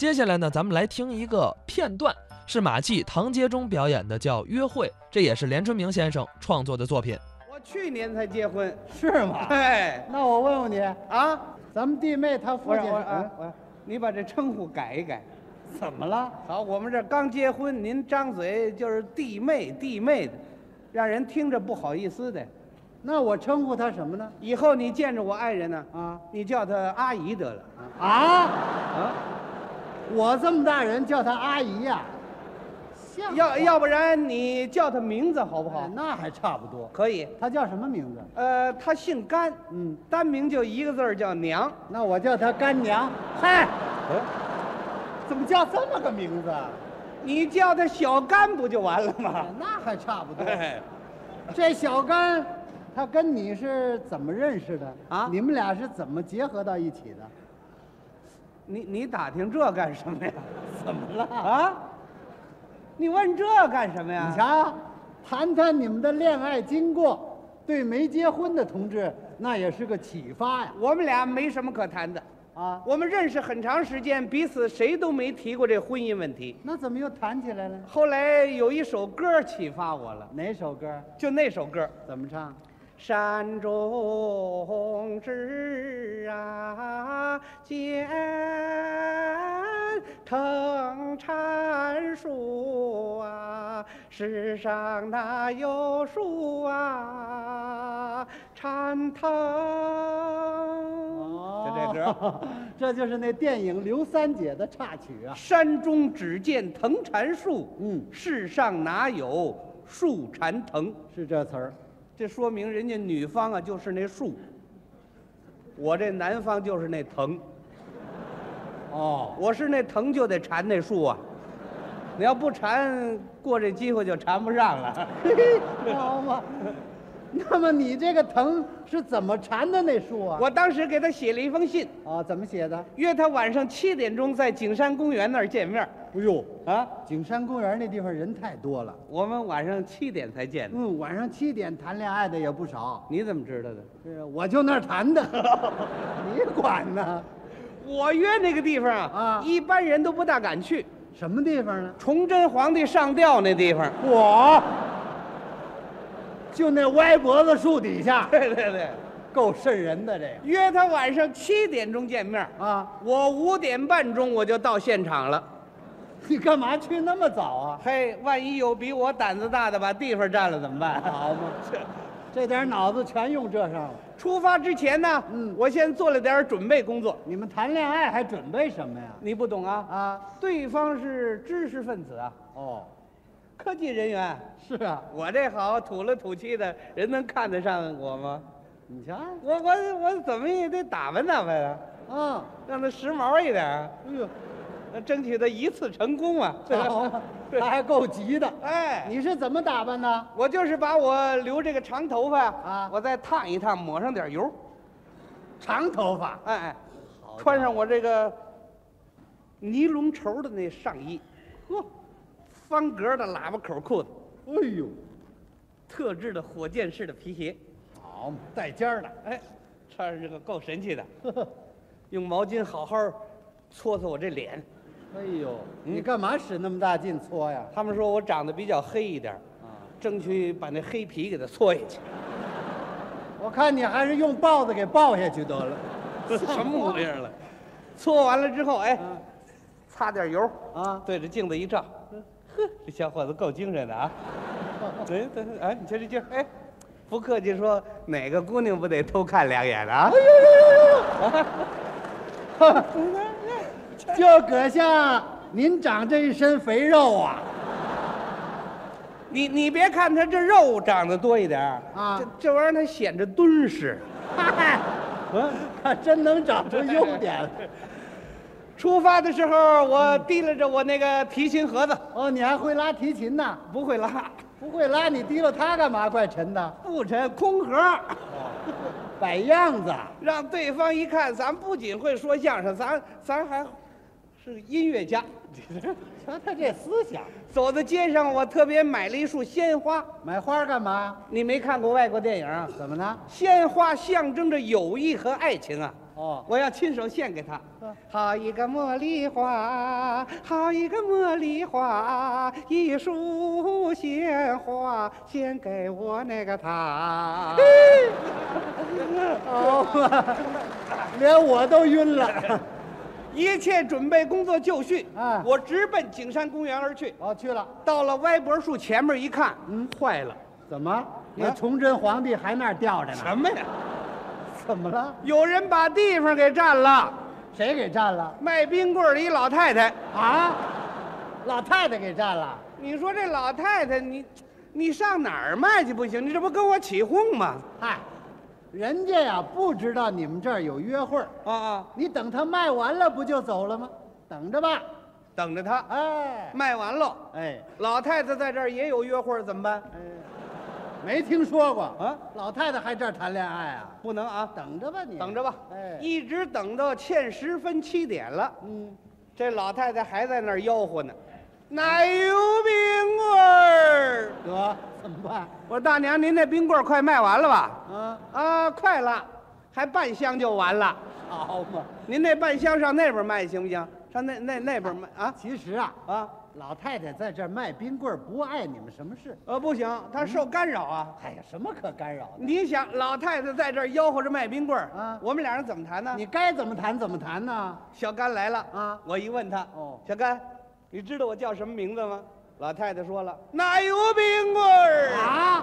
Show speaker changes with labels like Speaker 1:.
Speaker 1: 接下来呢，咱们来听一个片段，是马季、唐杰忠表演的，叫《约会》，这也是连春明先生创作的作品。
Speaker 2: 我去年才结婚，
Speaker 3: 是吗？
Speaker 2: 哎
Speaker 3: 那我问问你，
Speaker 2: 啊，
Speaker 3: 咱们弟妹她父
Speaker 2: 我
Speaker 3: 亲
Speaker 2: 说我说啊
Speaker 3: 嗯
Speaker 2: 我说，你把这称呼改一改。
Speaker 3: 怎么了？
Speaker 2: 好，我们这刚结婚，您张嘴就是弟妹弟妹的，让人听着不好意思的。
Speaker 3: 那我称呼她什么呢？
Speaker 2: 以后你见着我爱人呢，
Speaker 3: 啊
Speaker 2: 你叫她阿姨得了。
Speaker 3: 啊！
Speaker 2: 啊，
Speaker 3: 我这么大人叫她阿姨呀、像
Speaker 2: 要要不然你叫她名字好不
Speaker 3: 不
Speaker 2: 好？
Speaker 3: 那还差不多。
Speaker 2: 可以。
Speaker 3: 她叫什么名字？
Speaker 2: 呃，她姓甘，
Speaker 3: 嗯，
Speaker 2: 单名就一个字儿叫娘。
Speaker 3: 那我叫她干娘。嗨，
Speaker 2: 嗯
Speaker 3: 怎么叫这么个名字啊？
Speaker 2: 你叫她小甘不就完了吗？
Speaker 3: 那还差不 多。
Speaker 2: 哎，
Speaker 3: 这小甘，他跟你是怎么认识的
Speaker 2: 啊
Speaker 3: 你们俩是怎么结合到一起的？
Speaker 2: 你你打听这干什 么呀？
Speaker 3: 怎么了？
Speaker 2: 啊？你问这干什么呀？
Speaker 3: 你瞧，谈谈你们的恋爱经过，对没结婚的同志那也是个启发呀！
Speaker 2: 我们俩没什么可谈的，
Speaker 3: 啊，
Speaker 2: 我们认识很长时间，彼此谁都没提过这婚姻问题。
Speaker 3: 那怎么又谈起来了？
Speaker 2: 后来有一首歌启发我了，
Speaker 3: 哪首歌？
Speaker 2: 就那首歌。
Speaker 3: 怎么唱？
Speaker 2: 山中枝啊，间藤缠树啊，世上哪有树啊缠
Speaker 3: 哦
Speaker 2: 藤？就这歌。
Speaker 3: 歌， 这就是那电影《刘三姐》的插曲啊！
Speaker 2: 山中只见藤缠树，
Speaker 3: 嗯
Speaker 2: 世上哪有树缠藤？
Speaker 3: 是这词儿。
Speaker 2: 这说明人家女方啊就是那树，我这男方就是那藤，
Speaker 3: 哦，
Speaker 2: 我是那藤就得缠那树啊，你要不缠，过这机会就缠不上了。
Speaker 3: 嘿嘿，好嘛。 那么你这个藤是怎么缠的那树啊？
Speaker 2: 我当时给他写了一封信，
Speaker 3: 啊，怎么写的？
Speaker 2: 约他晚上七点钟在景山公园那儿见面。
Speaker 3: 哎呦，
Speaker 2: 啊，
Speaker 3: 景山公园那地方人太多了。
Speaker 2: 我们晚上七点才见的，
Speaker 3: 嗯，晚上七点谈恋爱的也不少。
Speaker 2: 你怎么知道的？
Speaker 3: 是，我就那儿谈的， 你管呢？
Speaker 2: 我约那个地方啊
Speaker 3: 啊，
Speaker 2: 一般人都不大敢去。
Speaker 3: 什么地方呢？
Speaker 2: 崇祯皇帝上吊那地方。
Speaker 3: 我，就那歪脖子树底下，
Speaker 2: 对对对，
Speaker 3: 够瘆人的这
Speaker 2: 约他晚上七点钟见面，
Speaker 3: 个啊！
Speaker 2: 我五点半钟我就到现场了。
Speaker 3: 你干嘛去那么早啊？
Speaker 2: 嘿，万一有比我胆子大的把地方占了怎么办？
Speaker 3: 好嘛，这点脑子全用这上了。
Speaker 2: 出发之前呢，
Speaker 3: 嗯
Speaker 2: 我先做了点准备工作。
Speaker 3: 你们谈恋爱还准备什么呀？
Speaker 2: 你不懂啊？
Speaker 3: 啊，
Speaker 2: 对方是知识分子啊，
Speaker 3: 哦，
Speaker 2: 科技人员。
Speaker 3: 是啊，
Speaker 2: 我这好土了土气的，人能看得上我吗？
Speaker 3: 你瞧，
Speaker 2: 我我我怎么也得打扮打扮啊，
Speaker 3: 啊，
Speaker 2: 让他时髦一点啊，
Speaker 3: 哎呦，
Speaker 2: 争取他一次成功啊。
Speaker 3: 好嘛，他还够急的。
Speaker 2: 哎，
Speaker 3: 你是怎么打扮的？
Speaker 2: 我就是把我留这个长头发啊
Speaker 3: 啊
Speaker 2: 我再烫一烫，抹上点油，
Speaker 3: 长头发，
Speaker 2: 哎哎，穿上我这个尼龙绸的那上衣，呵，方格的喇叭口裤子，
Speaker 3: 哎呦，
Speaker 2: 特制的火箭式的皮鞋，
Speaker 3: 好嘛，带尖儿的，
Speaker 2: 哎，穿上这个够神气的，用毛巾好好搓搓我这脸。
Speaker 3: 哎呦，你干嘛使那么大劲搓呀？
Speaker 2: 他们说我长得比较黑一点儿，
Speaker 3: 啊，
Speaker 2: 争取把那黑皮给它搓下去。
Speaker 3: 我看你还是用豹子给抱下去得了。
Speaker 2: 什么模样了？搓完了之后，哎，
Speaker 3: 嗯
Speaker 2: 擦点油，
Speaker 3: 啊，
Speaker 2: 对着镜子一照，呵，这小伙子够精神的啊！对对，哎，你瞧这劲儿，哎，不客气说，哪个姑娘不得偷看两眼的啊？
Speaker 3: 就搁下您长这一身肥肉啊！
Speaker 2: 你你别看他这肉长得多一点儿
Speaker 3: 啊
Speaker 2: 这这玩意儿他显着敦实。
Speaker 3: 嗨，
Speaker 2: 啊
Speaker 3: 还真能长出优点来。
Speaker 2: 出发的时候，我提拉着我那个提琴盒子，
Speaker 3: 哦，你还会拉提琴呢？
Speaker 2: 不会拉，
Speaker 3: 不会拉，你提溜它干嘛？怪沉的，
Speaker 2: 不沉，空盒，
Speaker 3: 摆样子。啊
Speaker 2: 让对方一看，咱不仅会说相声，咱咱还是音乐家。
Speaker 3: 瞧他这思想，
Speaker 2: 走在街上，我特别买了一束鲜花。
Speaker 3: 买花干嘛？
Speaker 2: 你没看过外国电影啊？
Speaker 3: 怎么呢？
Speaker 2: 鲜花象征着友谊和爱情啊！
Speaker 3: 哦，
Speaker 2: 我要亲手献给他。
Speaker 3: 啊
Speaker 2: 好一个茉莉花，好一个茉莉花，一束鲜花献给我那个他。
Speaker 3: 哦 连我都晕了。
Speaker 2: 一切准备工作就绪，
Speaker 3: 啊
Speaker 2: 我直奔景山公园而去。
Speaker 3: 哦，去了，
Speaker 2: 到了歪脖树前面一看，
Speaker 3: 嗯
Speaker 2: 坏了，啊
Speaker 3: 怎么？那崇祯皇帝还那儿吊着呢？
Speaker 2: 什么呀？
Speaker 3: 怎么了？
Speaker 2: 有人把地方给占了，
Speaker 3: 谁给占了？
Speaker 2: 卖冰棍儿的一老太太。
Speaker 3: 啊，老太太给占了。
Speaker 2: 你说这老太太，你你上哪儿卖去不行？你这不跟我起哄吗？
Speaker 3: 嗨，人家呀不知道你们这儿有约会儿，
Speaker 2: 啊啊，
Speaker 3: 你等他卖完了不就走了吗？等着吧。
Speaker 2: 等着她
Speaker 3: 哎
Speaker 2: 卖完了，
Speaker 3: 哎
Speaker 2: 老太太在这儿也有约会儿，怎么办？
Speaker 3: 哎，没听说过
Speaker 2: 啊，
Speaker 3: 老太太还这儿谈恋爱啊？
Speaker 2: 不能啊，
Speaker 3: 等着吧你，
Speaker 2: 等着吧。
Speaker 3: 哎，
Speaker 2: 一直等到欠十分七点了，
Speaker 3: 嗯，
Speaker 2: 这老太太还在那儿吆喝呢，奶油冰棍儿。
Speaker 3: 得怎么办？
Speaker 2: 我说大娘，您那冰棍儿快卖完了吧？
Speaker 3: 啊，
Speaker 2: 啊，快了，还半箱就完了。
Speaker 3: 好嘛。
Speaker 2: 您那半箱上那边卖行不行？上那那那边卖啊
Speaker 3: 其实啊，
Speaker 2: 啊！
Speaker 3: 老太太在这儿卖冰棍儿不碍你们什么事。
Speaker 2: 呃，不行，她受干扰啊。
Speaker 3: 哎呀，什么可干扰的？
Speaker 2: 你想，老太太在这儿吆喝着卖冰棍儿
Speaker 3: 啊
Speaker 2: 我们俩人怎么谈呢？
Speaker 3: 你该怎么谈怎么谈呢？
Speaker 2: 小甘来了
Speaker 3: 啊
Speaker 2: 我一问他，
Speaker 3: 哦
Speaker 2: 小甘，你知道我叫什么名字吗？老太太说了，奶油冰棍儿。
Speaker 3: 啊。